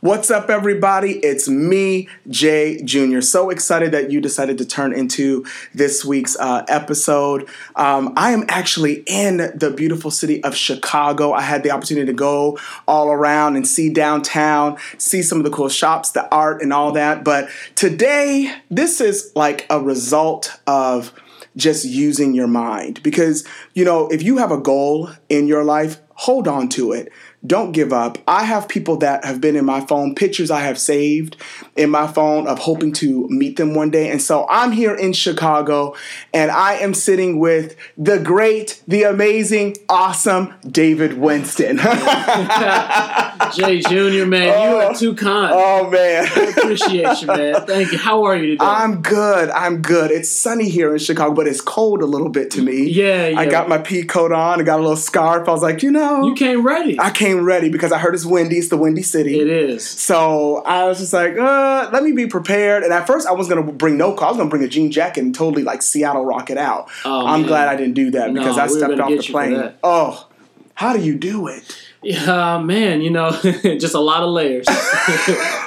What's up, everybody? It's me, Jay Jr. So excited that you decided to turn into this week's uh, episode. Um, I am actually in the beautiful city of Chicago. I had the opportunity to go all around and see downtown, see some of the cool shops, the art, and all that. But today, this is like a result of just using your mind. Because, you know, if you have a goal in your life, hold on to it. Don't give up. I have people that have been in my phone, pictures I have saved in my phone of hoping to meet them one day. And so I'm here in Chicago and I am sitting with the great, the amazing, awesome David Winston. Jay Jr., man, you are too kind. oh, man. Appreciate you, man. Thank you. How are you today? I'm good. I'm good. It's sunny here in Chicago, but it's cold a little bit to me. Yeah, I yeah. got my pea coat on. I got a little scarf. I was like, you know, you came ready. I came ready because I heard it's windy. It's the windy city. it is. So I was just like, uh, let me be prepared. And at first, I was gonna bring no coat. I was gonna bring a jean jacket and totally like Seattle rock it out. Oh, I'm man. glad I didn't do that No, because I we were stepped gonna off get the you for plane. that. Oh, how do you do it? Yeah, man, you know, just a lot of layers.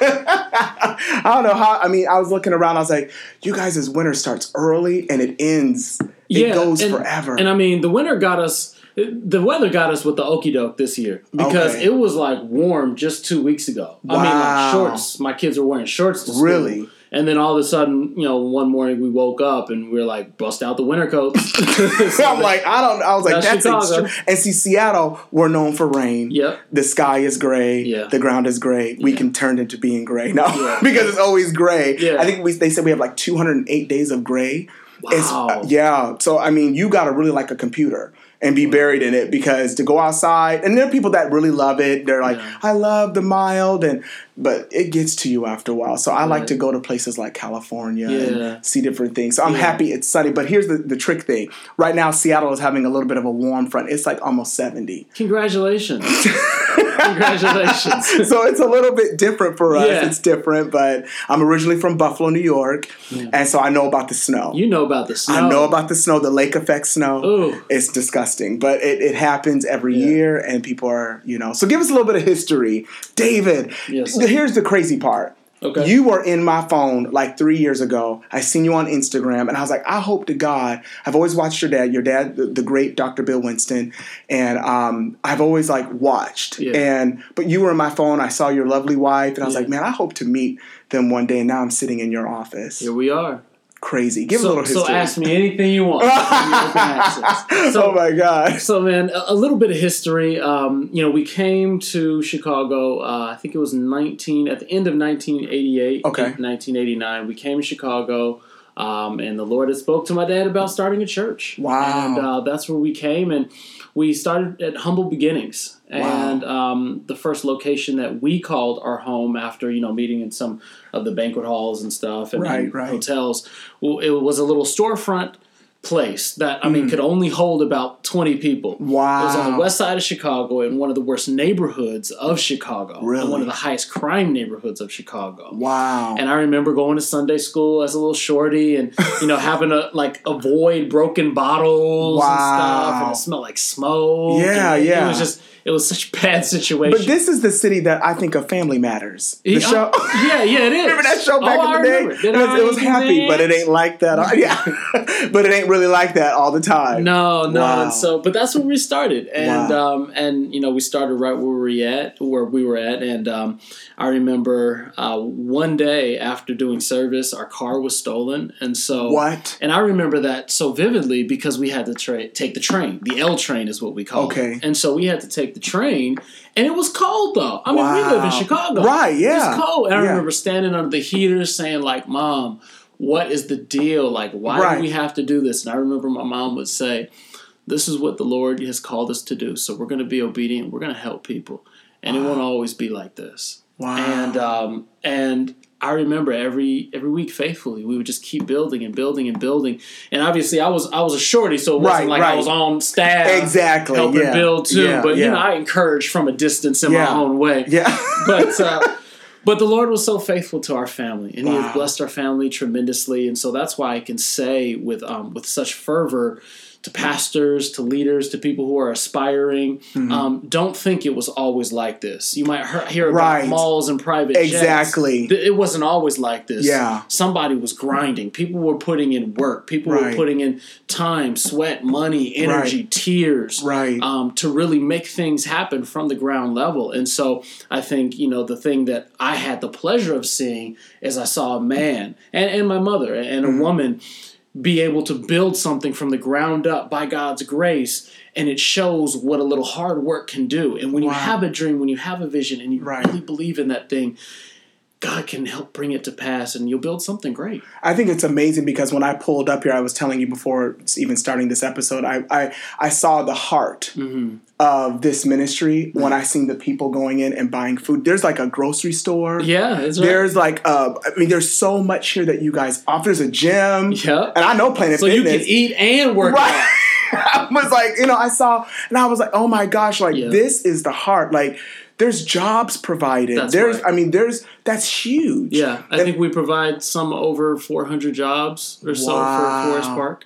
I don't know how. I mean, I was looking around. I was like, you guys, this winter starts early and it ends. yeah, it goes and- forever. And I mean, the winter got us. The weather got us with the okey doke this year because Okay. it was like warm just two weeks ago. I mean, Wow. like shorts. My kids were wearing shorts. To school. Really? And then all of a sudden, you know, one morning we woke up and we were like, bust out the winter coats. So I'm like, I don't. I was like, that's, That's Chicago. extreme. And see, Seattle, we're known for rain. Yep. The sky is gray. Yeah. The ground is gray. We Yeah. can turn into being gray now Yeah. because it's always gray. Yeah. I think we, they said we have like 208 days of gray. It's- Wow. uh, yeah. So I mean, you got to really like a computer and be buried in it because to go outside and there are people that really love it. They're like, Yeah. I love the mild and but it gets to you after a while. So I like Right. to go to places like California Yeah. and see different things. So I'm Yeah. happy it's sunny. But here's the, the trick thing. Right now Seattle is having a little bit of a warm front. It's like almost 70. Congratulations. Congratulations. so it's a little bit different for us. Yeah. It's different, but I'm originally from Buffalo, New York, and so I know about the snow. You know about the snow. I know about the snow, the lake effect snow. Ooh. It's disgusting, but it, it happens every Yeah. year, and people are, you know. So give us a little bit of history. David, Yes. here's the crazy part. Okay. You were in my phone like three years ago. I seen you on Instagram, and I was like, I hope to God. I've always watched your dad, your dad, the, the great Dr. Bill Winston, and um, I've always like watched. Yeah. And but you were in my phone. I saw your lovely wife, and I was Yeah. like, man, I hope to meet them one day. And now I'm sitting in your office. Here we are. Crazy. Give a So, little history. so ask me anything you want. I'm open access. So, oh my god. so man, a, a little bit of history. Um, you know, we came to Chicago. Uh, I think it was 19 at the end of 1988. Okay. 1989. We came to Chicago. Um, and the Lord had spoke to my dad about starting a church. Wow. And uh, that's where we came, and we started at humble beginnings. Wow. And um, the first location that we called our home after you know meeting in some of the banquet halls and stuff, and, Right, and right. hotels. Well, it was a little storefront place that I mean could only hold about twenty people. It was Mm. on Wow. the west side of Chicago in one of the worst neighborhoods of Chicago. and Really? one of the highest crime neighborhoods of Chicago. Wow. And I remember going to Sunday school as a little shorty and, you know, having to like avoid broken bottles and stuff. Wow. And it smelled like smoke. Yeah, and it- yeah. It was just, it was such a bad situation. but this is the city that I think of Family Matters. The Yeah, show. oh, yeah, yeah, it is. Remember that show back uh, oh, in the I day? remember. Did it was, I it was do happy, that? but it ain't like that. Yeah, but it ain't really like that all the time. No, no. Wow. And so, but that's where we started, and Wow. um, and you know, we started right where we were at, where we were at, and um, I remember uh, one day after doing service, our car was stolen, and so What? And I remember that so vividly because we had to tra- take the train. The L train is what we call Okay. it. And so we had to take the train, and it was cold though. I mean, we live in Wow. Chicago, Right, yeah. It's cold. And I Yeah. remember standing under the heater, saying like, "Mom." What is the deal? Like, why Right. do we have to do this? And I remember my mom would say, This is what the Lord has called us to do. So we're going to be obedient. We're going to help people. And it won't always be like this. Wow. And um, and I remember every every week faithfully, we would just keep building and building and building. And obviously, I was I was a shorty, so it wasn't Right, like right. I was on staff Exactly, helping yeah, build too. yeah, but yeah. you know, I encouraged from a distance in Yeah. my own way yeah. but uh, but the Lord was so faithful to our family, and He Wow. has blessed our family tremendously, and so that's why I can say with um, with such fervor to pastors, to leaders, to people who are aspiring. Mm-hmm. Um, don't think it was always like this. You might hear, hear about Right. malls and private jets. Exactly. Th- It wasn't always like this. Yeah. somebody was grinding. People were putting in work. People Right. were putting in time, sweat, money, energy, tears. Right. Um, to really make things happen from the ground level. And so I think, you know, the thing that I had the pleasure of seeing is I saw a man and, and my mother and a Mm-hmm. woman be able to build something from the ground up by God's grace. And it shows what a little hard work can do. And when you Wow. have a dream, when you have a vision, and you Right. really believe in that thing, God can help bring it to pass and you'll build something great. I think it's amazing because when I pulled up here, I was telling you before even starting this episode, I I, I saw the heart Mm-hmm. of this ministry when I seen the people going in and buying food. There's like a grocery store. Yeah, that's right. There's like, uh, I mean, there's so much here that you guys offer. There's a gym, Yep. and I know Planet so you Fitness. can eat and work Right. out. I was like, you know, I saw, and I was like, oh my gosh, like Yeah. this is the heart. Like, there's jobs provided. That's there's, I right. mean, there's that's huge. Yeah, I And- think we provide some over 400 jobs or so Wow. for Forest Park.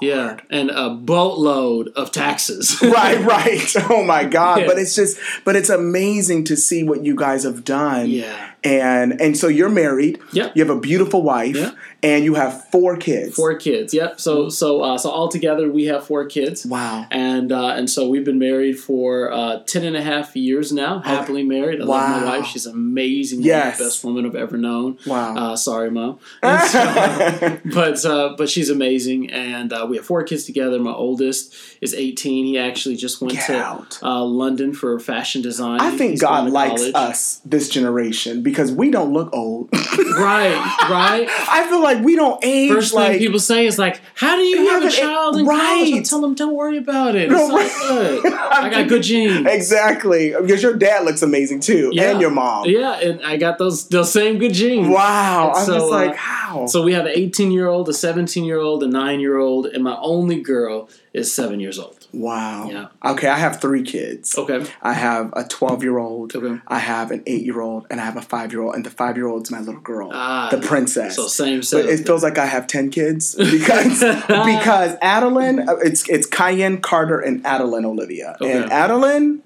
Yeah, and a boatload of taxes. right, right. Oh my God. Yeah. But it's just, but it's amazing to see what you guys have done. Yeah. And and so you're married. Yep. You have a beautiful wife, Yeah. and you have four kids. Four kids. Yep. So so uh, so altogether we have four kids. Mm. Wow. And uh, and so we've been married for uh, 10 and a half years now, happily married. I love Wow. my wife. She's amazing. one of Yes. The best woman I've ever known. Wow. Uh, sorry, mom. And so- but uh, but she's amazing, and uh, we have four kids together. My oldest is 18. He actually just went Get to out. uh, London for fashion design. I think He's God going to likes college. us, this generation, because we don't look old. Right, right. I feel like we don't age First like thing people say is like, "How do you You have a haven't- child in college?" I right. tell them, "Don't worry about it. No, It's all right. good. I got good genes." Exactly, because your dad looks amazing too, and your mom. Yeah, and I got those those same good genes. Wow, And I'm so, just like, uh, how? So we have an 18 year old, a 17 year old, a 9 year old, and my only girl is 7 years old. wow. Yeah. Okay, I have three kids. Okay. I have a 12 year old, Okay. I have an 8 year old, and I have a 5 year old, and the 5 year old's my little girl, Ah, the princess. So same but setup. it feels like I have 10 kids because because Adeline, uh, it's it's Cayenne Carter and Adeline Olivia. And Okay. Adeline,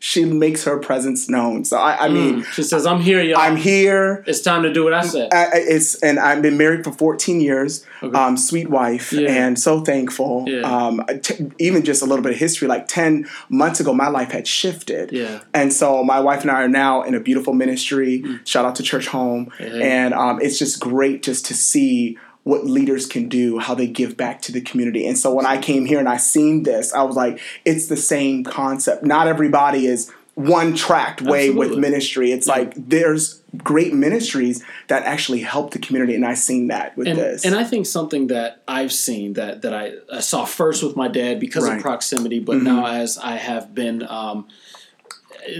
she makes her presence known. So I, I mean, she says, "I'm here, y'all. Hmm. I'm here. Mm. it's time to do what I said." I, I- it's and I've been married for 14 years. Um, sweet wife, Yeah. and so thankful. Yeah. Um, t- even just a little bit of history, like 10 months ago, my life had shifted. Yeah. And so my wife and I are now in a beautiful ministry. Mm. Shout out to Church Home, and um, it's just great just to see. What leaders can do, how they give back to the community, and so when I came here and I seen this, I was like, it's the same concept. Not everybody is one tracked way with Absolutely. ministry ministry. It's like there's great ministries that actually help the community, and I've seen that with and, this. and I think something that I've seen that that I, I saw first with my dad because Right. Mm-hmm. of proximity, but now as I have been um,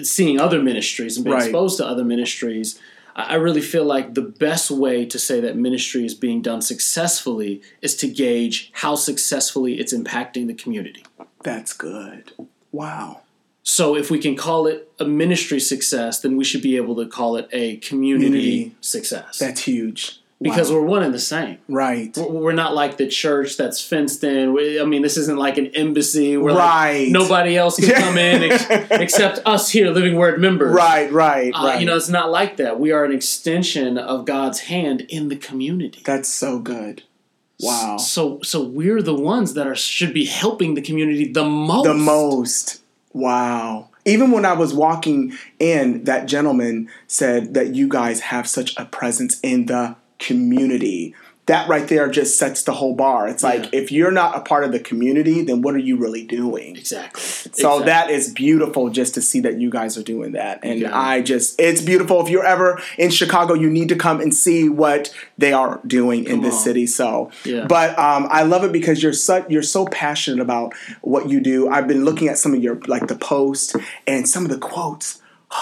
seeing other ministries and being Right. exposed to other ministries, I I really feel like the best way to say that ministry is being done successfully is to gauge how successfully it's impacting the community. That's good. Wow. So if we can call it a ministry success, then we should be able to call it a community, Community. success That's huge. because Wow. we're one and the same. right. we're not like the church that's fenced in. We, I mean, this isn't like an embassy where like, Right. nobody else can come in ex- except us here, Living Word members. Right, right, Uh, right. You know, it's not like that. We are an extension of God's hand in the community. That's so good. Wow. So, so we're the ones that are should be helping the community the most. The most. Wow. Even when I was walking in, that gentleman said that you guys have such a presence in the community. That right there just sets the whole bar. It's like if you're not a part of the community, then what are you really doing? Exactly. So Exactly. that is beautiful just to see that you guys are doing that. And Yeah. I just, it's beautiful. If you're ever in Chicago, you need to come and see what they are doing in this on. city. So, Yeah. but um, I love it because you're so, you're so passionate about what you do. I've been looking at some of your, like the posts and some of the quotes.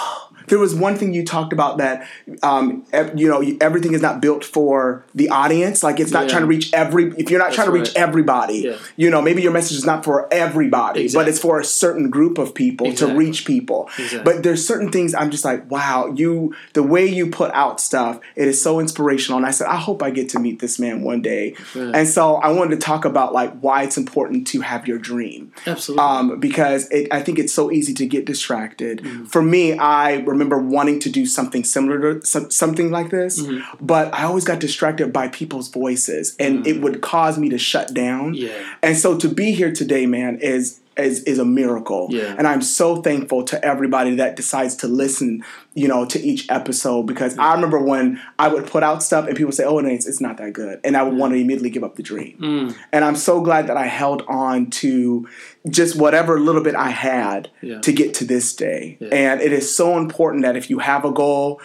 there was one thing you talked about that um, ev- you know everything is not built for the audience. Like it's not Yeah. trying to reach every. If you're not trying to reach right. everybody, Yeah. you know maybe your message is not for everybody, but Exactly. it's for a certain group of people to Exactly. reach people. Exactly. But there's certain things I'm just like, wow, you the way you put out stuff, it is so inspirational. And I said, I hope I get to meet this man one day. Yeah. And so I wanted to talk about like why it's important to have your dream Absolutely. um, because it, I think it's so easy to get distracted. Mm-hmm. For me, I remember wanting to do something similar to some, something like this, Mm-hmm. but I always got distracted by people's voices, and it would cause me to shut down. Yeah. And so to be here today, man, is. Is, is a miracle Yeah. and i'm so thankful to everybody that decides to listen you know to each episode because i remember when i would put out stuff and people say oh it's, it's not that good and i would want to immediately give up the dream Mm. and I'm so glad that I held on to just whatever little bit I had Yeah. to get to this day. And it is so important that if you have a goal,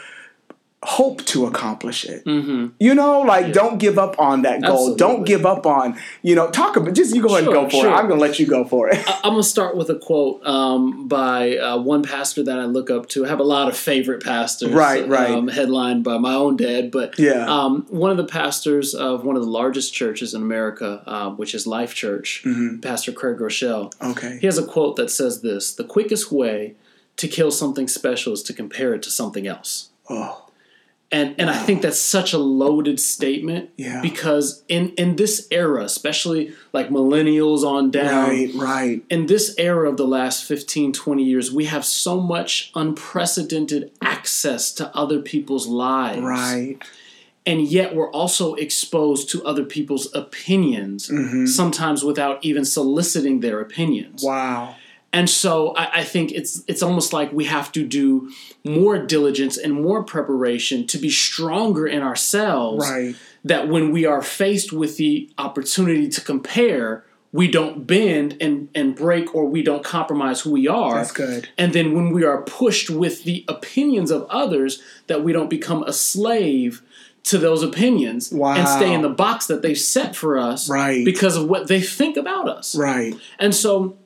hope to accomplish it. Mm-hmm. You know, like don't give up on that goal. Don't Absolutely. give up on, you know, talk about just you go ahead and Sure, go for sure. it. I'm gonna let you go for it. I'm gonna start with a quote um, by uh, one pastor that I look up to. I have a lot of favorite pastors, Right, right. Um, headlined by my own dad, but Yeah. um, one of the pastors of one of the largest churches in America, um, which is Life Church, Mm-hmm. Pastor Craig Rochelle. okay. He has a quote that says this: "The quickest way to kill something special is to compare it to something else." Oh. and and I think that's such a loaded statement Yeah. because in in this era, especially like millennials on down, Right, right. in this era of the last 15 20 years, we have so much unprecedented access to other people's lives. Right. And yet we're also exposed to other people's opinions, Mm-hmm. sometimes without even soliciting their opinions. Wow. And so I, I think it's it's almost like we have to do more diligence and more preparation to be stronger in ourselves. Right. That when we are faced with the opportunity to compare, we don't bend and, and break or we don't compromise who we are. That's good. And then when we are pushed with the opinions of others, that we don't become a slave to those opinions and stay Wow. in the box that they've set for us Right. because of what they think about us. Right. And so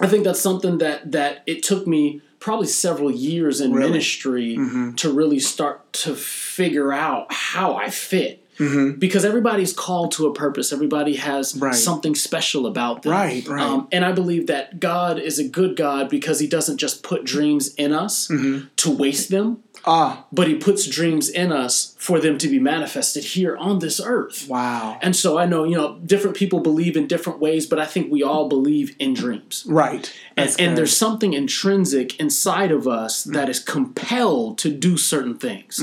I think that's something that that it took me probably several years in ministry Mm-hmm. to really start to figure out how I fit. Because everybody's called to a purpose. Everybody has Mm-hmm. Right. something special about them. Um, Right, right. and I believe that God is a good God because He doesn't just put dreams in us Mm-hmm. to waste them, Ah. but He puts dreams in us for them to be manifested here on this earth. Wow. And so I know, you know, different people believe in different ways, but I think we all believe in dreams. Right. And, That's and good. Mm. there's something intrinsic inside of us that is compelled to do certain things.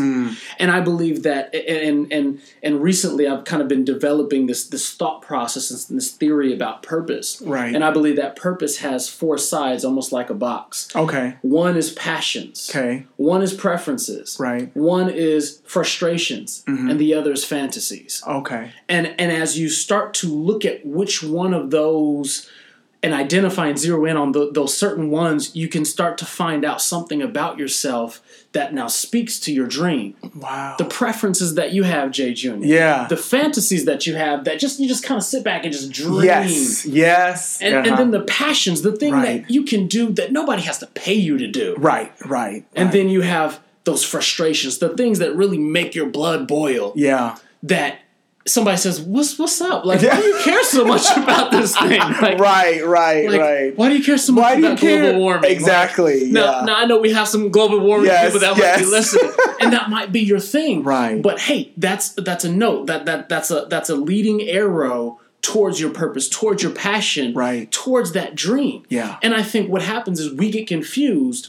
And I believe that and and and recently I've kind of been developing this this thought process and this theory about purpose. Right. And I believe that purpose has four sides almost like a box. Okay. One is passions. Okay. One is preferences. Right. Mm-hmm. One is frustrations and the other is fantasies Okay. and and as you start to look at which one of those and identify and zero in on tho- those certain ones you can start to find out something about yourself that now speaks to your dream Wow. the preferences that you have jay junior yeah. the fantasies that you have that just you just kind of sit back and just dream yes. Yes. and, Uh-huh. and then the passions the thing Right. that you can do that nobody has to pay you to do Right, right. and then you have those frustrations the things that really make your blood boil yeah. that somebody says, "What's what's up? Like, why do you care so much about this thing? Like, Right, right, like, right. Why do you care so much Why do you about care? global warming? Exactly. Like, yeah. now, now I know we have some global warming Yes, people that might yes. be listening, and that might be your thing, Right. But hey, that's that's a note that that that's a that's a leading arrow towards your purpose, towards your passion, Right. Towards that dream, Yeah. And I think what happens is we get confused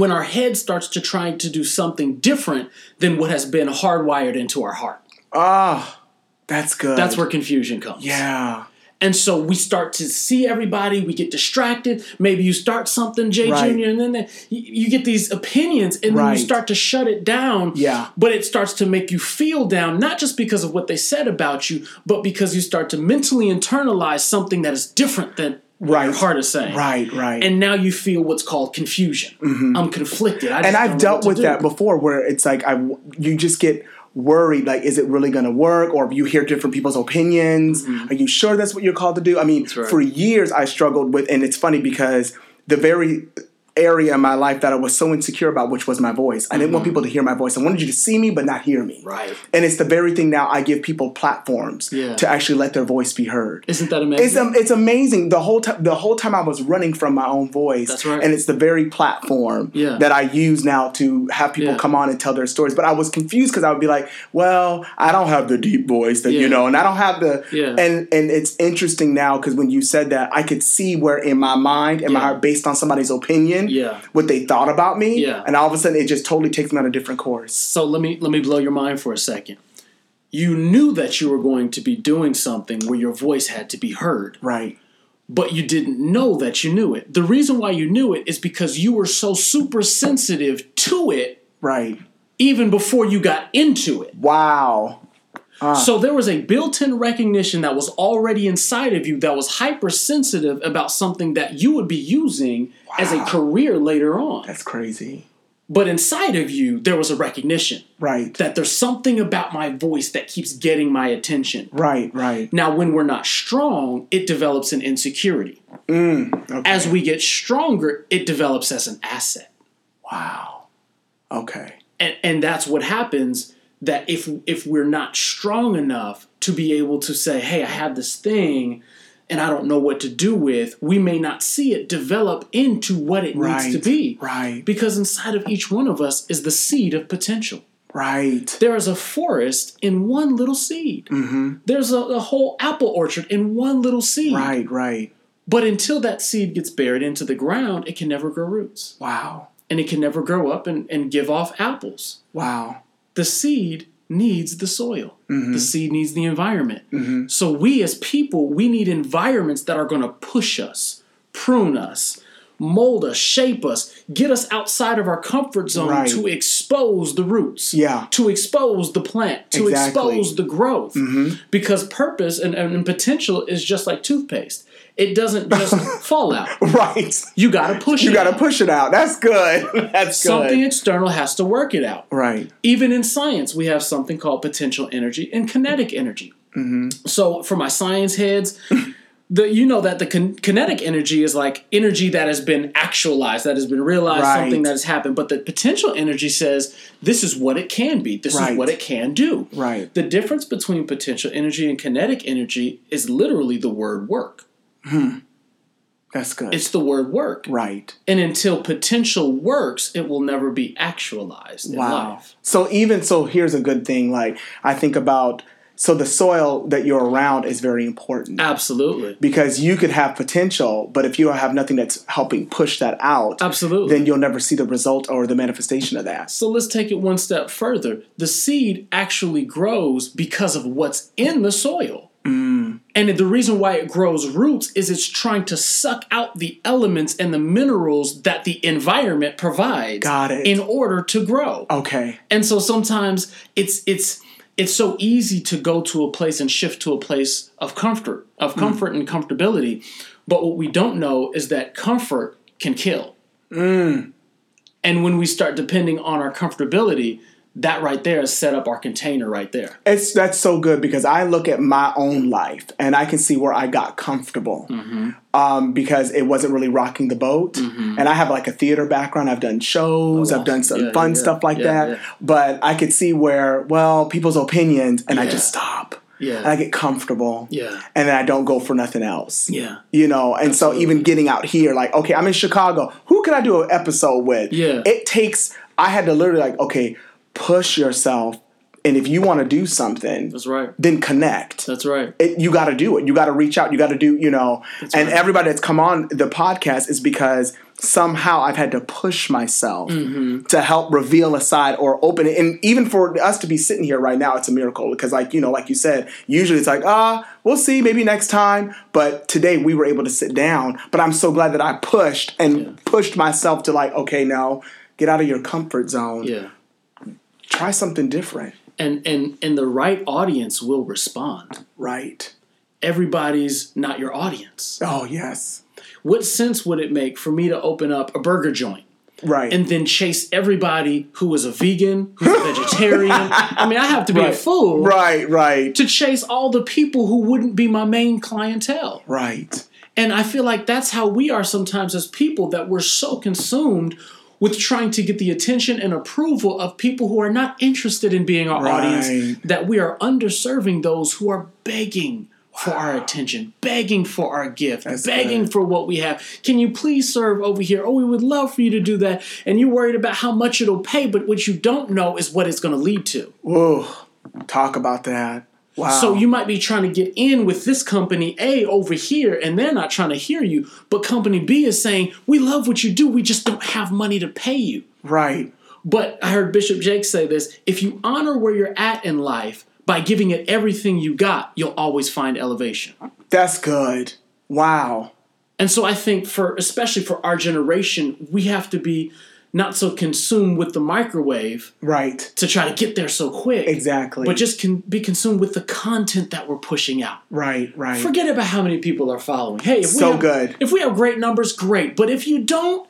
when our head starts to try to do something different than what has been hardwired into our heart. Ah, that's good. That's where confusion comes. Yeah. And so we start to see everybody, we get distracted. Maybe you start something, Jay Right. Jr., and then the, you, you get these opinions, and then Right. you start to shut it down. Yeah. But it starts to make you feel down, not just because of what they said about you, but because you start to mentally internalize something that is different than what your Right. heart is saying. Right, right. Mm-hmm. And now you feel what's called confusion. I'm conflicted. I just and don't know I've dealt what to with do. that before where it's like I you just get worried like is it really going to work or you hear different people's opinions are you sure that's what you're called to do i mean Mm-hmm. right. for years i struggled with and it's funny because the very area in my life that I was so insecure about, which was my voice. I didn't want people to hear my voice. I wanted you to see me, but not hear me. Mm-hmm. Right. And it's the very thing now I give people platforms Yeah. to actually let their voice be heard. Isn't that amazing? It's um, it's amazing. The whole time, the whole time I was running from my own voice. That's right. And it's the very platform Yeah. that I use now to have people Yeah. come on and tell their stories. But I was confused because I would be like, "Well, I don't have the deep voice that Yeah. you know, and I don't have the." Yeah. And and it's interesting now because when you said that, I could see where in my mind, in my Yeah. heart, based on somebody's opinion, Yeah. what they thought about me, Yeah. and all of a sudden it just totally takes me on a different course. So let me let me blow your mind for a second. You knew that you were going to be doing something where your voice had to be heard, Right. but you didn't know that you knew it. The reason why you knew it is because you were so super sensitive to it Right. even before you got into it. Wow. So there was a built-in recognition that was already inside of you that was hypersensitive about something that you would be using as a career later on. That's crazy. But inside of you there was a recognition Right. that there's something about my voice that keeps getting my attention. Right. Right. Now, when we're not strong, it develops an insecurity. As we get stronger, it develops as an asset. Wow. Okay. And, and that's what happens that if, if we're not strong enough to be able to say, hey, I have this thing and I don't know what to do with, we may not see it develop into what it Right. needs to be. Right. Because inside of each one of us is the seed of potential. Right. There is a forest in one little seed. There's a, a whole apple orchard in one little seed. Right. Right. But until that seed gets buried into the ground, it can never grow roots. Wow. And it can never grow up and, and give off apples. Wow. The seed needs the soil, Mm-hmm. the seed needs the environment. So, we as people, we need environments that are going to push us, prune us, mold us, shape us, get us outside of our comfort zone Right. to expose the roots Yeah. to expose the plant, to Exactly. Mm-hmm. expose the growth. Because purpose and, and potential is just like toothpaste. It doesn't just fall out. Right. You gotta push You it. got out. to push it out. That's good. That's Something good. external has to work it out. Right. Even in science, we have something called potential energy and kinetic energy. Mm-hmm. So for my science heads, the, you know that the kin- kinetic energy is like energy that has been actualized, that has been realized, Right. something that has happened. But the potential energy says this is what it can be, this Right. is what it can do. Right. The difference between potential energy and kinetic energy is literally the word work. That's good. It's the word work. right. And until potential works, it will never be actualized in Wow. life. So even so, here's a good thing. Like I think about so the soil that you're around is very important Absolutely. because you could have potential, but if you don't have nothing that's helping push that out, Absolutely. then you'll never see the result or the manifestation of that. So let's take it one step further. The seed actually grows because of what's in the soil. Mm. And the reason why it grows roots is it's trying to suck out the elements and the minerals that the environment provides Got it. in order to grow. Okay. And so sometimes it's it's it's so easy to go to a place and shift to a place of comfort, of comfort and comfortability. But what we don't know is that comfort can kill. And when we start depending on our comfortability, that right there is set up our container right there. It's that's so good because I look at my own life and I can see where I got comfortable Mm-hmm. um, because it wasn't really rocking the boat. And I have like a theater background. I've done shows. wow. I've done some Mm-hmm. Oh, Yeah, fun yeah, stuff like yeah, that. yeah. But I could see where well people's opinions and I Yeah. just stop. Yeah. And I get comfortable. Yeah. And then I don't go for nothing else. Yeah. You know, and so even getting out here, like, okay, I'm in Chicago. Who can I do an episode with? Yeah. It takes, I had to literally, like, okay, push yourself. And if you want to do something, That's right. then connect. That's right. It, you got to do it. You got to reach out. You got to do, you know. and everybody that's come on the podcast is because somehow I've had to push myself Mm-hmm. to help reveal a side or open it. And even for us to be sitting here right now, it's a miracle because, like, you know, like you said, usually it's like, ah, we'll see, maybe next time. But today we were able to sit down. But I'm so glad that I pushed and pushed myself to, like, okay, no, get out of your comfort zone, Yeah. try something different. And and and the right audience will respond. Right. Everybody's not your audience. Oh, yes. What sense would it make for me to open up a burger joint? Right. and then chase everybody who is a vegan, who's a vegetarian. I mean, I have to be a fool Right, right, to chase all the people who wouldn't be my main clientele. right. And I feel like that's how we are sometimes as people that we're so consumed with trying to get the attention and approval of people who are not interested in being our audience Right. that we are underserving those who are begging for our attention, begging for our gift, begging for what we have. Can you please serve over here? Oh, we would love for you to do that. And you're worried about how much it'll pay, but what you don't know is what it's going to lead to. Whoa, talk about that. Wow. So you might be trying to get in with this company A over here, and they're not trying to hear you. But company B is saying, We love what you do, we just don't have money to pay you. right. But I heard Bishop Jake say this if you honor where you're at in life by giving it everything you got, you'll always find elevation. That's good. Wow. And so I think for especially for our generation, we have to be not so consumed with the microwave Right. to try to get there so quick. Exactly. But just can be consumed with the content that we're pushing out. right, right. Forget about how many people are following. Hey, if we So have, good. If we have great numbers, great. But if you don't,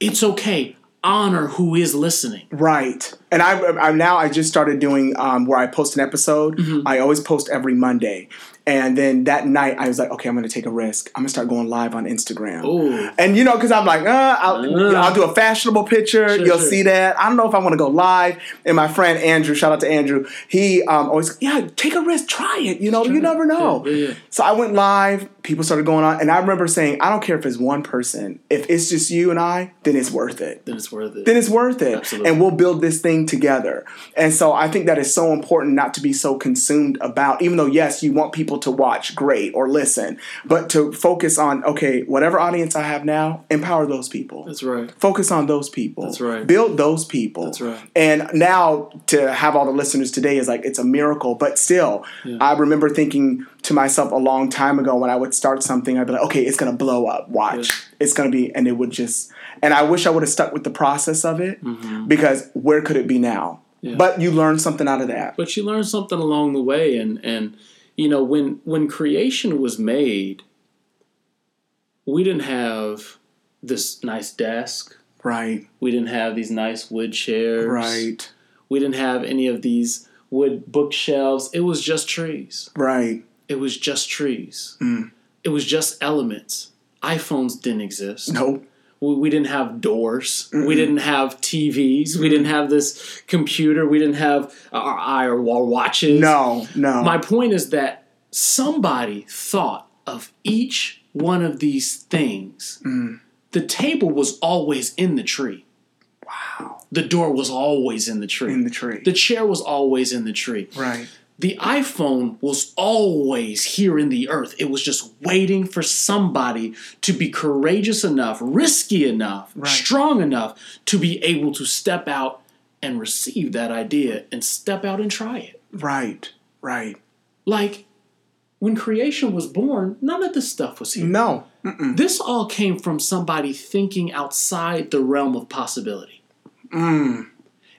it's okay. Honor who is listening. Right. And I, I now I just started doing um, where I post an episode. Mm-hmm. I always post every Monday. And then that night I was like, okay, I'm going to take a risk. I'm going to start going live on Instagram. Ooh. And you know, because I'm like, uh, I'll, you know, I'll do a fashionable picture. Sure, You'll sure. see that. I don't know if I want to go live. And my friend Andrew, shout out to Andrew. He um, always, yeah, take a risk, try it. You know, you never know. Yeah, yeah, yeah. So I went live. People started going on, and I remember saying, I don't care if it's one person. If it's just you and I, then it's worth it Then it's worth it. then it's worth it. Absolutely. And we'll build this thing together. And so I think that is so important not to be so consumed about, even though, yes, you want people to watch, great, or listen, but to focus on, okay, whatever audience I have now, empower those people. That's right. Focus on those people. That's right. Build those people. That's right. And now to have all the listeners today is like it's a miracle. But still, I remember thinking to myself a long time ago when I would start something, I'd be like, okay, it's gonna blow up. Watch, it's gonna be, and it would just. And I wish I would have stuck with the process of it Mm-hmm. because where could it be now? But you learn something out of that. but you learn something along the way and and you know when when creation was made we didn't have this nice desk Right. we didn't have these nice wood chairs Right. we didn't have any of these wood bookshelves it was just trees Right. it was just trees Hmm. it was just elements iphones didn't exist Nope. we, we didn't have doors. We didn't have TVs. We didn't have this computer. We didn't have uh, our eye or wall watches. No. No. My point is that somebody thought of each one of these things. Mm. The table was always in the tree. Wow. The door was always in the tree. in the tree. the chair was always in the tree. right. The iPhone was always here in the earth. It was just waiting for somebody to be courageous enough, risky enough, strong enough to be able to step out and receive that idea and step out and try it. Right. Right. Like when creation was born, none of this stuff was here. No. This all came from somebody thinking outside the realm of possibility.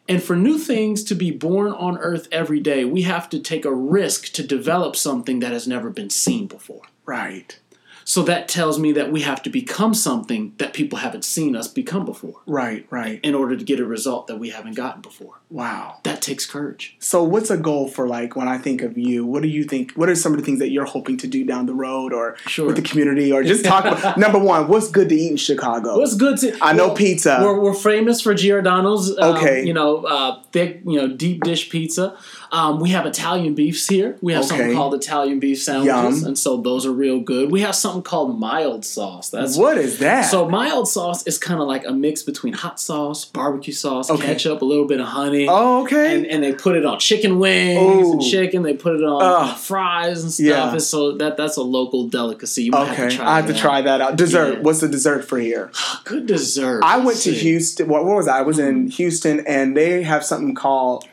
And for new things to be born on earth every day, we have to take a risk to develop something that has never been seen before. Right. So that tells me that we have to become something that people haven't seen us become before Right. Right. in order to get a result that we haven't gotten before. Wow. That takes courage. So, what's a goal for like when I think of you? What do you think? What are some of the things that you're hoping to do down the road, or Sure. with the community, or just talk about? number one, what's good to eat in Chicago? What's good to I know well, pizza. We're, we're famous for Giordano's. um, Okay. you know, uh, thick, you know, deep dish pizza. Um, we have Italian beefs here. We have something Okay. called Italian beef sandwiches, Yum. and so those are real good. We have something called mild sauce. That's what is that? so mild sauce is kind of like a mix between hot sauce, barbecue sauce, Okay. ketchup, a little bit of honey. oh, okay. And, and they put it on chicken wings and Ooh. chicken. They put it on Ugh. fries and stuff. Yeah. And so that that's a local delicacy. You might have okay, to try I have to that. try that out. Dessert. Yeah. What's the dessert for here? Good dessert. I Let's went to see. Mm-hmm. Houston. What, what was I? I was in Houston, and they have something called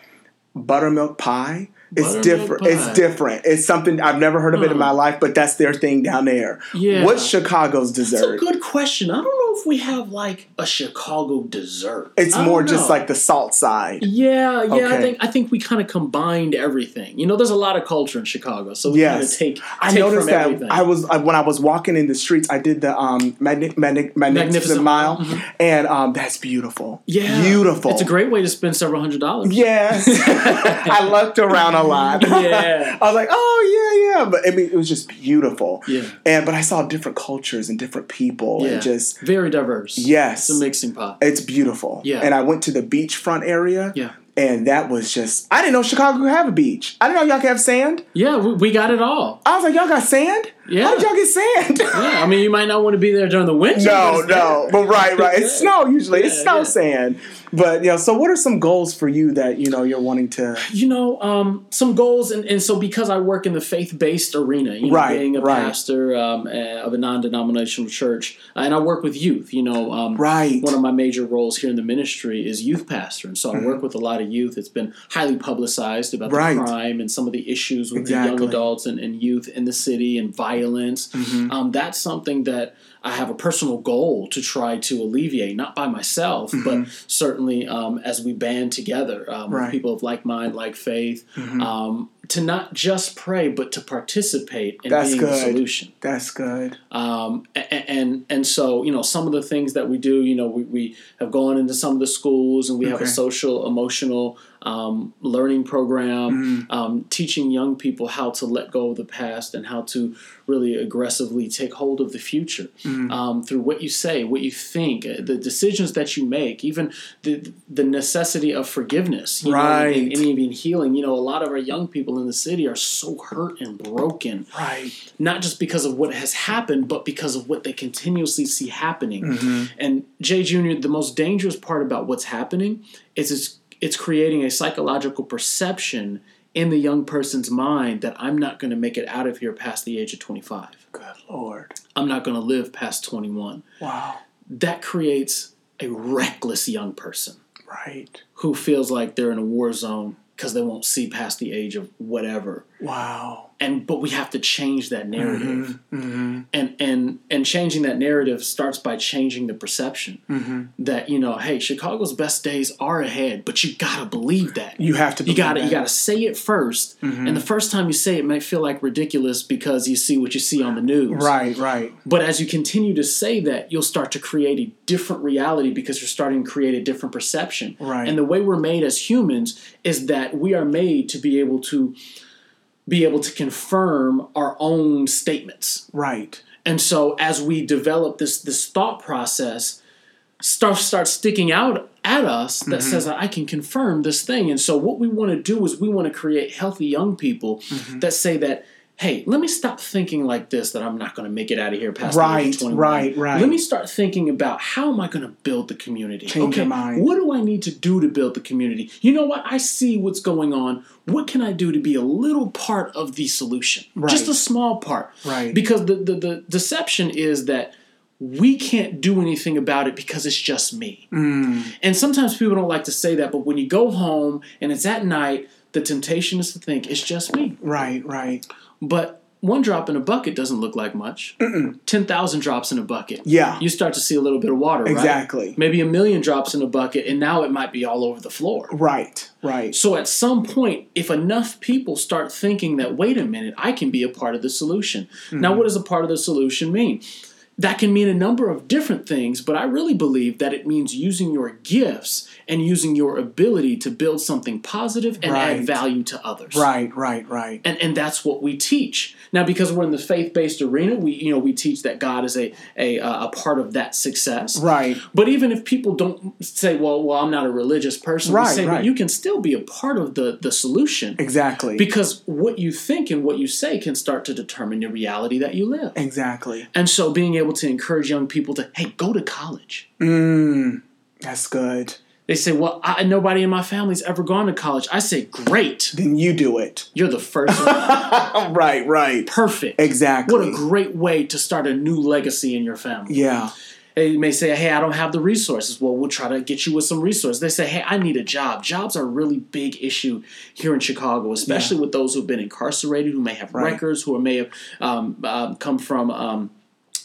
buttermilk pie. It's Buttermilk different. pie. It's different. It's something I've never heard of it in my life, but that's their thing down there. Yeah. What's Chicago's dessert? That's a good question. I don't know if we have like a Chicago dessert. It's I more don't just know. like the salt side. Yeah, yeah. Okay. I think I think we kind of combined everything. You know, there's a lot of culture in Chicago, so we kind Yes. of take. I take noticed from that everything. I was I, when I was walking in the streets, I did the um, magni- magni- magnificent Magnificent mile, Mile. Mm-hmm. and um, that's beautiful. yeah, beautiful. It's a great way to spend several hundred dollars. Yes, I looked around a lot. Yeah. I was like, oh yeah, yeah, but I mean, it was just beautiful. Yeah. and but I saw different cultures and different people, yeah. and just very diverse. yes, it's a mixing pot. it's beautiful. Yeah. and I went to the beachfront area. Yeah, And that was just, I didn't know Chicago could have a beach. I didn't know y'all could have sand. yeah. We, we got it all. I was like, y'all got sand? Yeah. How did y'all get sand? Yeah, I mean, you might not want to be there during the winter. but no, it's there. no. But right, right. It's Yeah. snow usually. it's Yeah, snow yeah. sand. But you know, so what are some goals for you that you know you're wanting to you know, um, some goals, and, and so because I work in the faith-based arena, you know, Right, being a right. pastor um, uh, of a non-denominational church, and I work with youth. You know, um, Right. One of my major roles here in the ministry is youth pastor, and so I work with a lot of youth. It's been highly publicized about Mm-hmm. Right. the crime and some of the issues with the Exactly. young adults and, and youth in the city and violence. Mm-hmm. Um, that's something that I have a personal goal to try to alleviate, not by myself, Mm-hmm. but certainly um, as we band together um, Right. Mm-hmm. with people of like mind, like faith, um, to not just pray, but to participate in That's being the good. solution. That's good. Um, a- a- and and so you know some of the things that we do, you know, we, we have gone into some of the schools and we have Okay. a social emotional um, learning Mm-hmm. program, um, teaching young people how to let go of the past and how to really aggressively take hold of the future Mm-hmm. um, through what you say, what you think, uh, the decisions that you make, even the the necessity of forgiveness, you know, and- Right. and, and even healing. You know, a lot of our young people in the city are so hurt and broken Right. not just because of what has happened, but because of what they continuously see happening. And Jay Jr., the most dangerous part about what's happening is it's, it's creating a psychological perception in the young person's mind that I'm not going to make it out of here past the age of 25. Good Lord. I'm not going to live past 21. Wow. That creates a reckless young person Right. who feels like they're in a war zone because they won't see past the age of whatever. Wow. And but we have to change that narrative Mm-hmm. and and and changing that narrative starts by changing the perception Mm-hmm. that you know hey chicago's best days are ahead but you gotta believe that You have to you gotta you believe Mm-hmm. gotta say it 1st and the first time you say it might feel like ridiculous because you see what you see on the news that. Right, right. but as you continue to say that, you'll start to create a different reality because you're starting to create a different perception. Right. And the way we're made as humans is that we are made to be able to be able to confirm our own statements. Right. And so as we develop this this thought process, stuff starts sticking out at us that Mm-hmm. says I can confirm this thing. And so what we want to do is we want to create healthy young people Mm-hmm. that say that Hey, let me stop thinking like this that I'm not going to make it out of here past the age Right, of 21. right, right. Let me start thinking about how am I going to build the community? Change your mind. What do I need to do to build the community? You know what? I see what's going on. What can I do to be a little part of the solution? Just Right. a small part. Right. Because the, the, the deception is that we can't do anything about it because it's just me. Mm. And sometimes people don't like to say that, but when you go home and it's at night, the temptation is to think it's just me. Right, right. But one drop in a bucket doesn't look like much. 10,000 drops in a bucket. Yeah. You start to see a little bit of water, right? Exactly. Maybe a million drops in a bucket, and now it might be all over the floor. Right, right. So at some point, if enough people start thinking that, wait a minute, I can be a part of the solution. Now, Hmm. what does a part of the solution mean? That can mean a number of different things, but I really believe that it means using your gifts and using your ability to build something positive and Right. add value to others Right, right, right. and and that's what we teach now because we're in the faith-based arena we you know we teach that god is a a, uh, a part of that success Right. but even if people don't say well well i'm not a religious person Right, we say right. but you can still be a part of the the solution Exactly. because what you think and what you say can start to determine the reality that you live exactly. and so being able to encourage young people to hey go to college Mm. That's good. they say well I, nobody in my family's ever gone to college i say great Then you do it. you're the first one right, right. perfect Exactly. What a great way to start a new legacy in your family. yeah. They may say, hey, I don't have the resources. Well, we'll try to get you with some resources. They say, hey, I need a job. Jobs are a really big issue here in Chicago, especially with those who've been incarcerated, who may have Right. records, who may have um, uh, come from. Um,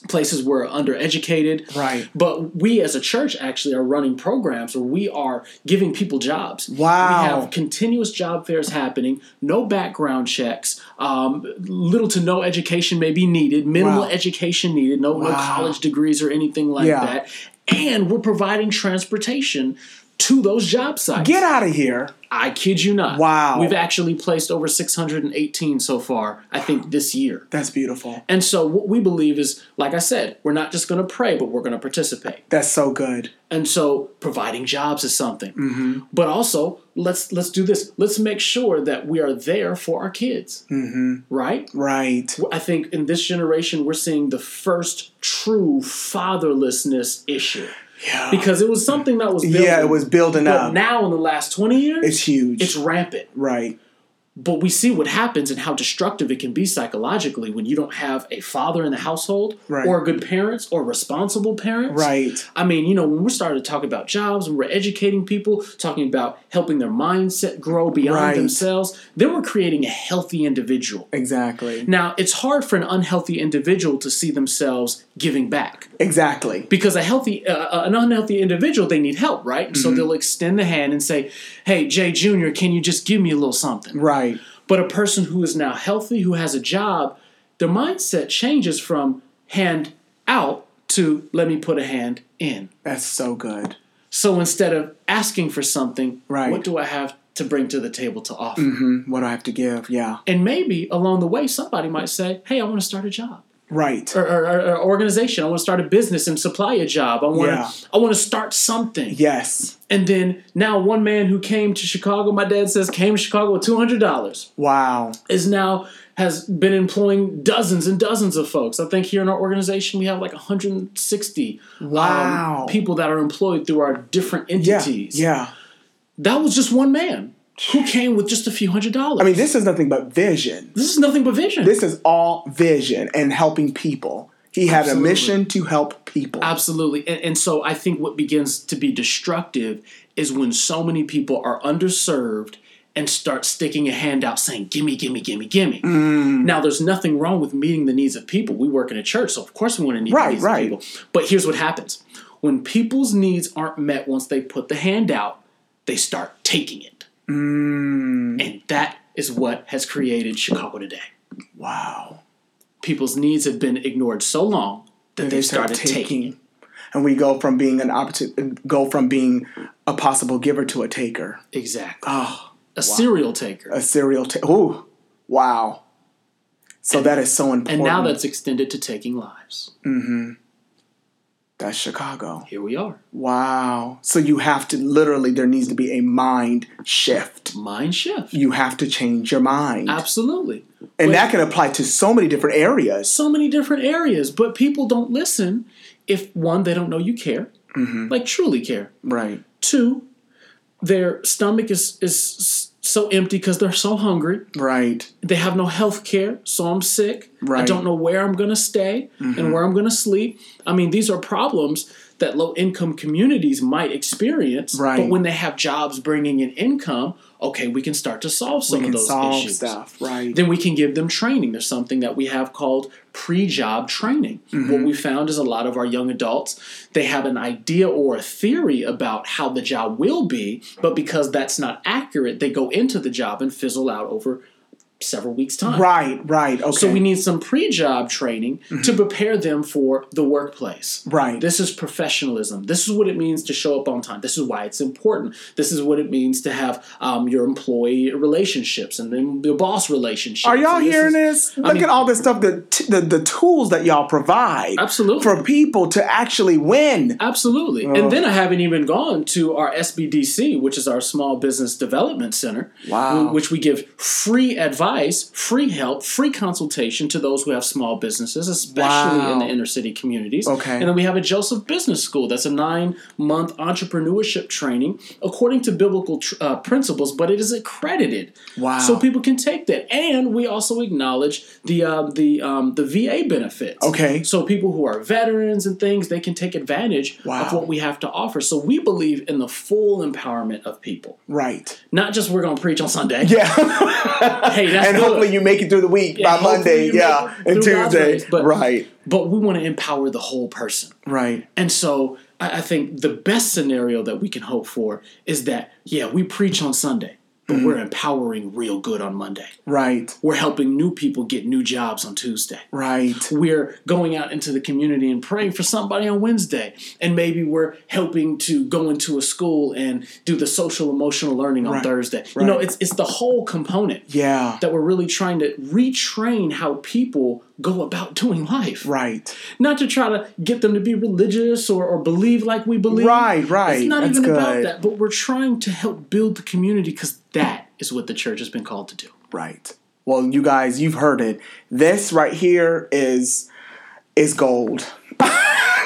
places where undereducated. Right. But we as a church actually are running programs where we are giving people jobs. Wow. We have continuous job fairs happening, no background checks, um, little to no education may be needed, minimal Wow. education needed, no, no Wow. college degrees or anything like Yeah. that. And we're providing transportation to those job sites. Get out of here. I kid you not. Wow. We've actually placed over 618 so far, I think, this year. That's beautiful. And so what we believe is, like I said, we're not just going to pray, but we're going to participate. That's so good. And so providing jobs is something. Mm-hmm. But also, let's let's do this. Let's make sure that we are there for our kids. Mm-hmm. Right? Right. I think in this generation we're seeing the first true fatherlessness issue. Yeah. Because it was something that was building, yeah, it was building but up. now in the last 20 years it's huge. it's rampant. right. But we see what happens and how destructive it can be psychologically when you don't have a father in the household Right. or good parents or responsible parents. Right. I mean, you know, when we're starting to talk about jobs, when we're educating people, talking about helping their mindset grow beyond Right. themselves, then we're creating a healthy individual. Exactly. Now, it's hard for an unhealthy individual to see themselves giving back Exactly. because a healthy, uh, an unhealthy individual, they need help, right? And So they'll extend the hand and say, "Hey, Jay Jr., can you just give me a little something?" Right. But a person who is now healthy, who has a job, their mindset changes from hand out to let me put a hand in. That's so good. So instead of asking for something, Right. Mm-hmm. what do I have to bring to the table to offer? What do I have to give? Yeah. And maybe along the way, somebody might say, hey, I want to start a job. Right. Or, or, or- or organization. I want to start a business and supply a job. I want Yeah. to. I want to start something. Yes. And then now, one man who came to Chicago, my dad says, came to Chicago with two hundred dollars. Wow. is now has been employing dozens and dozens of folks. I think here in our organization we have like 160 um, Wow. people that are employed through our different Yeah. entities. Yeah. That was just one man who came with just a few hundred dollars. I mean, this is nothing but vision. this is nothing but vision. This is all vision and helping people. He had Absolutely. a mission to help people. Absolutely. And, and so I think what begins to be destructive is when so many people are underserved and start sticking a hand out saying, gimme, gimme, gimme, gimme. Mm. Now, there's nothing wrong with meeting the needs of people. We work in a church, so of course we want to meet Right, the needs right. of people. But here's what happens when people's needs aren't met once they put the hand out, they start taking it. Mm. And that is what has created Chicago today. Wow. People's needs have been ignored so long that they've started taking it. And we go from being an opportunity, go from being a possible giver to a taker, Exactly. Oh, a serial taker. a serial taker. Ooh, wow. So that is so important. And now that's extended to taking lives. that's Chicago. Here we are. Wow. So you have to literally, there needs to be a mind shift. Mind shift. You have to change your mind. Absolutely. and that can apply to so many different areas. So many different areas, but people don't listen if one, they don't know you care, Mm-hmm. like truly care. Right. Two, their stomach is, is s- so empty because they're so hungry. Right. They have no health care, so I'm sick. I Right. Mm-hmm. don't know where I'm going to stay and where I'm going to sleep. I mean, these are problems that low income communities might experience. But Right. when they have jobs bringing in income, okay, we can start to solve some We of can those solve issues. stuff. Right. Then we can give them training. There's something that we have called pre job training. What we found is a lot of our young adults, they have an idea or a theory about how the job will be, but because that's not accurate, they go into the job and fizzle out over several weeks' time. Right. Right. Okay. So we need some pre job training to prepare them for the workplace. Right. This is professionalism. This is what it means to show up on time. This is why it's important. This is what it means to have um, your employee relationships and then your boss relationships. Are y'all And this hearing is- this? Look mean- at all this stuff. The, t- the the tools that y'all provide Absolutely. for people to actually win. Absolutely. Oh. And then I haven't even gone to our SBDC, which is our Small Business Development Center, Wow. wh- which we give free advice, free help, free consultation to those who have small businesses, especially in the Wow. inner city communities. Okay. And then we have a Joseph Business School that's a nine month entrepreneurship training according to biblical tr- uh, principles, but it is accredited. Wow. So people can take that. And we also acknowledge the, uh, the, um, the VA benefits. Okay. So people who are veterans and things, they can take advantage Wow. of what we have to offer. So we believe in the full empowerment of people. Right. Not just we're going to preach on Sunday. Yeah. Hey, that's and good. hopefully you make it through the week Yeah, by hopefully Monday, you yeah, make it and through God's Tuesday, grace, but- right, But we want to empower the whole person. right, And so I, I think the best scenario that we can hope for is that, yeah, we preach on Sunday, but Mm-hmm. we're empowering real good on Monday. right, We're helping new people get new jobs on Tuesday. right, We're going out into the community and praying for somebody on Wednesday. And maybe we're helping to go into a school and do the social emotional learning on Right. Thursday. You know, Right. it's it's the whole component yeah, that we're really trying to retrain how people go about doing life. right, Not to try to get them to be religious or, or believe like we believe. right, right. It's not That's even good. about that, but we're trying to help build the community because that is what the church has been called to do. Right. Well, you guys, you've heard it. This right here is is gold.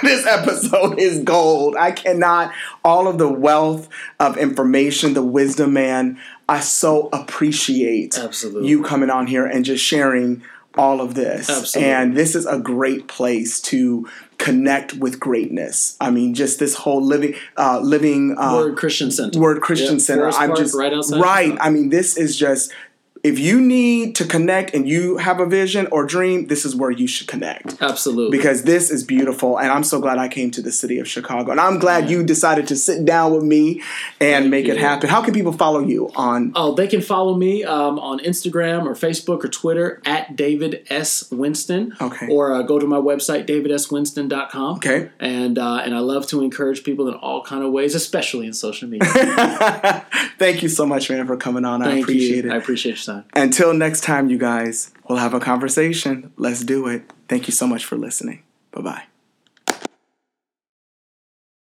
this episode is gold. I cannot all of the wealth of information, the wisdom man, I so appreciate Absolutely. you coming on here and just sharing all of this. Absolutely. And this is a great place to connect with greatness. I mean, just this whole living uh living uh, Word Christian Center. Word Christian Yeah, Center. Forest I'm Park, just right outside Right. Chicago. I mean, this is just if you need to connect and you have a vision or dream, this is where you should connect Absolutely. because this is beautiful. And I'm so glad I came to the city of Chicago, and I'm glad you decided to sit down with me and make it you. happen. How can people follow you on? Oh, they can follow me um, on Instagram or Facebook or Twitter at David S. Winston. Okay. Or uh, go to my website, davidswinston.com. Okay. And, uh, and I love to encourage people in all kind of ways, especially in social media. Thank you so much, Raina, for coming on. I Oh. Thank appreciate you. I it. appreciate your time. Until next time, you guys, we'll have a conversation. Let's do it. Thank you so much for listening. Bye bye.